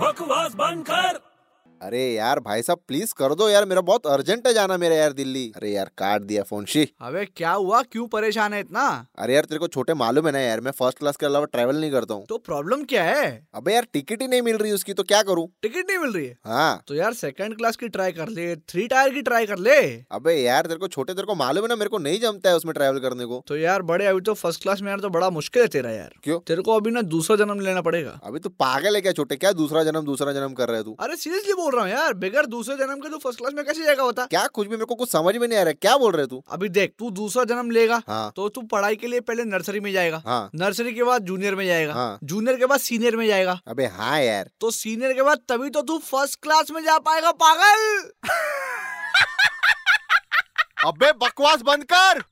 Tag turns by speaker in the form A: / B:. A: बकवास बंद कर
B: अरे यार भाई साहब प्लीज कर दो यार मेरा बहुत अर्जेंट है जाना मेरा यार दिल्ली अरे यार काट दिया फोन शी
C: अबे क्या हुआ क्यों परेशान है इतना
B: अरे यार तेरे को छोटे मालूम है ना यार मैं फर्स्ट क्लास के अलावा ट्रैवल नहीं करता हूँ
C: तो प्रॉब्लम क्या है
B: अबे यार टिकट ही नहीं मिल रही उसकी तो क्या करूँ
C: टिकट नहीं मिल रही है
B: हाँ
C: तो यार सेकंड क्लास की ट्राई कर ले थ्री टायर की ट्राई कर ले
B: अबे यार तेरे को छोटे तेरे को मालूम है ना मेरे को नहीं जमता है उसमें ट्रैवल करने को
C: तो यार बड़े अभी तो फर्स्ट क्लास में यार तो बड़ा मुश्किल है तेरा यार
B: क्यों?
C: तेरे को अभी ना दूसरा जन्म लेना पड़ेगा
B: अभी तू पागल है क्या छोटे क्या दूसरा जन्म दूसरा जन्म कर रहा है तू
C: अरे सीरियसली बोल रहा हूँ यार बगैर दूसरे जन्म के तू फर्स्ट क्लास में कैसे जाएगा बता
B: क्या कुछ भी मेरे को कुछ समझ में नहीं आ रहा है। क्या बोल रहे तू
C: अभी देख तू दूसरा जन्म लेगा
B: हाँ
C: तो तू पढ़ाई के लिए पहले नर्सरी में जाएगा
B: हाँ
C: नर्सरी के बाद जूनियर में जाएगा
B: हाँ
C: जूनियर के बाद सीनियर में जाएगा
B: अबे हाँ यार
C: तो सीनियर के बाद तभी तो तू फर्स्ट क्लास में जा पाएगा पागल
B: अबे बकवास बंद कर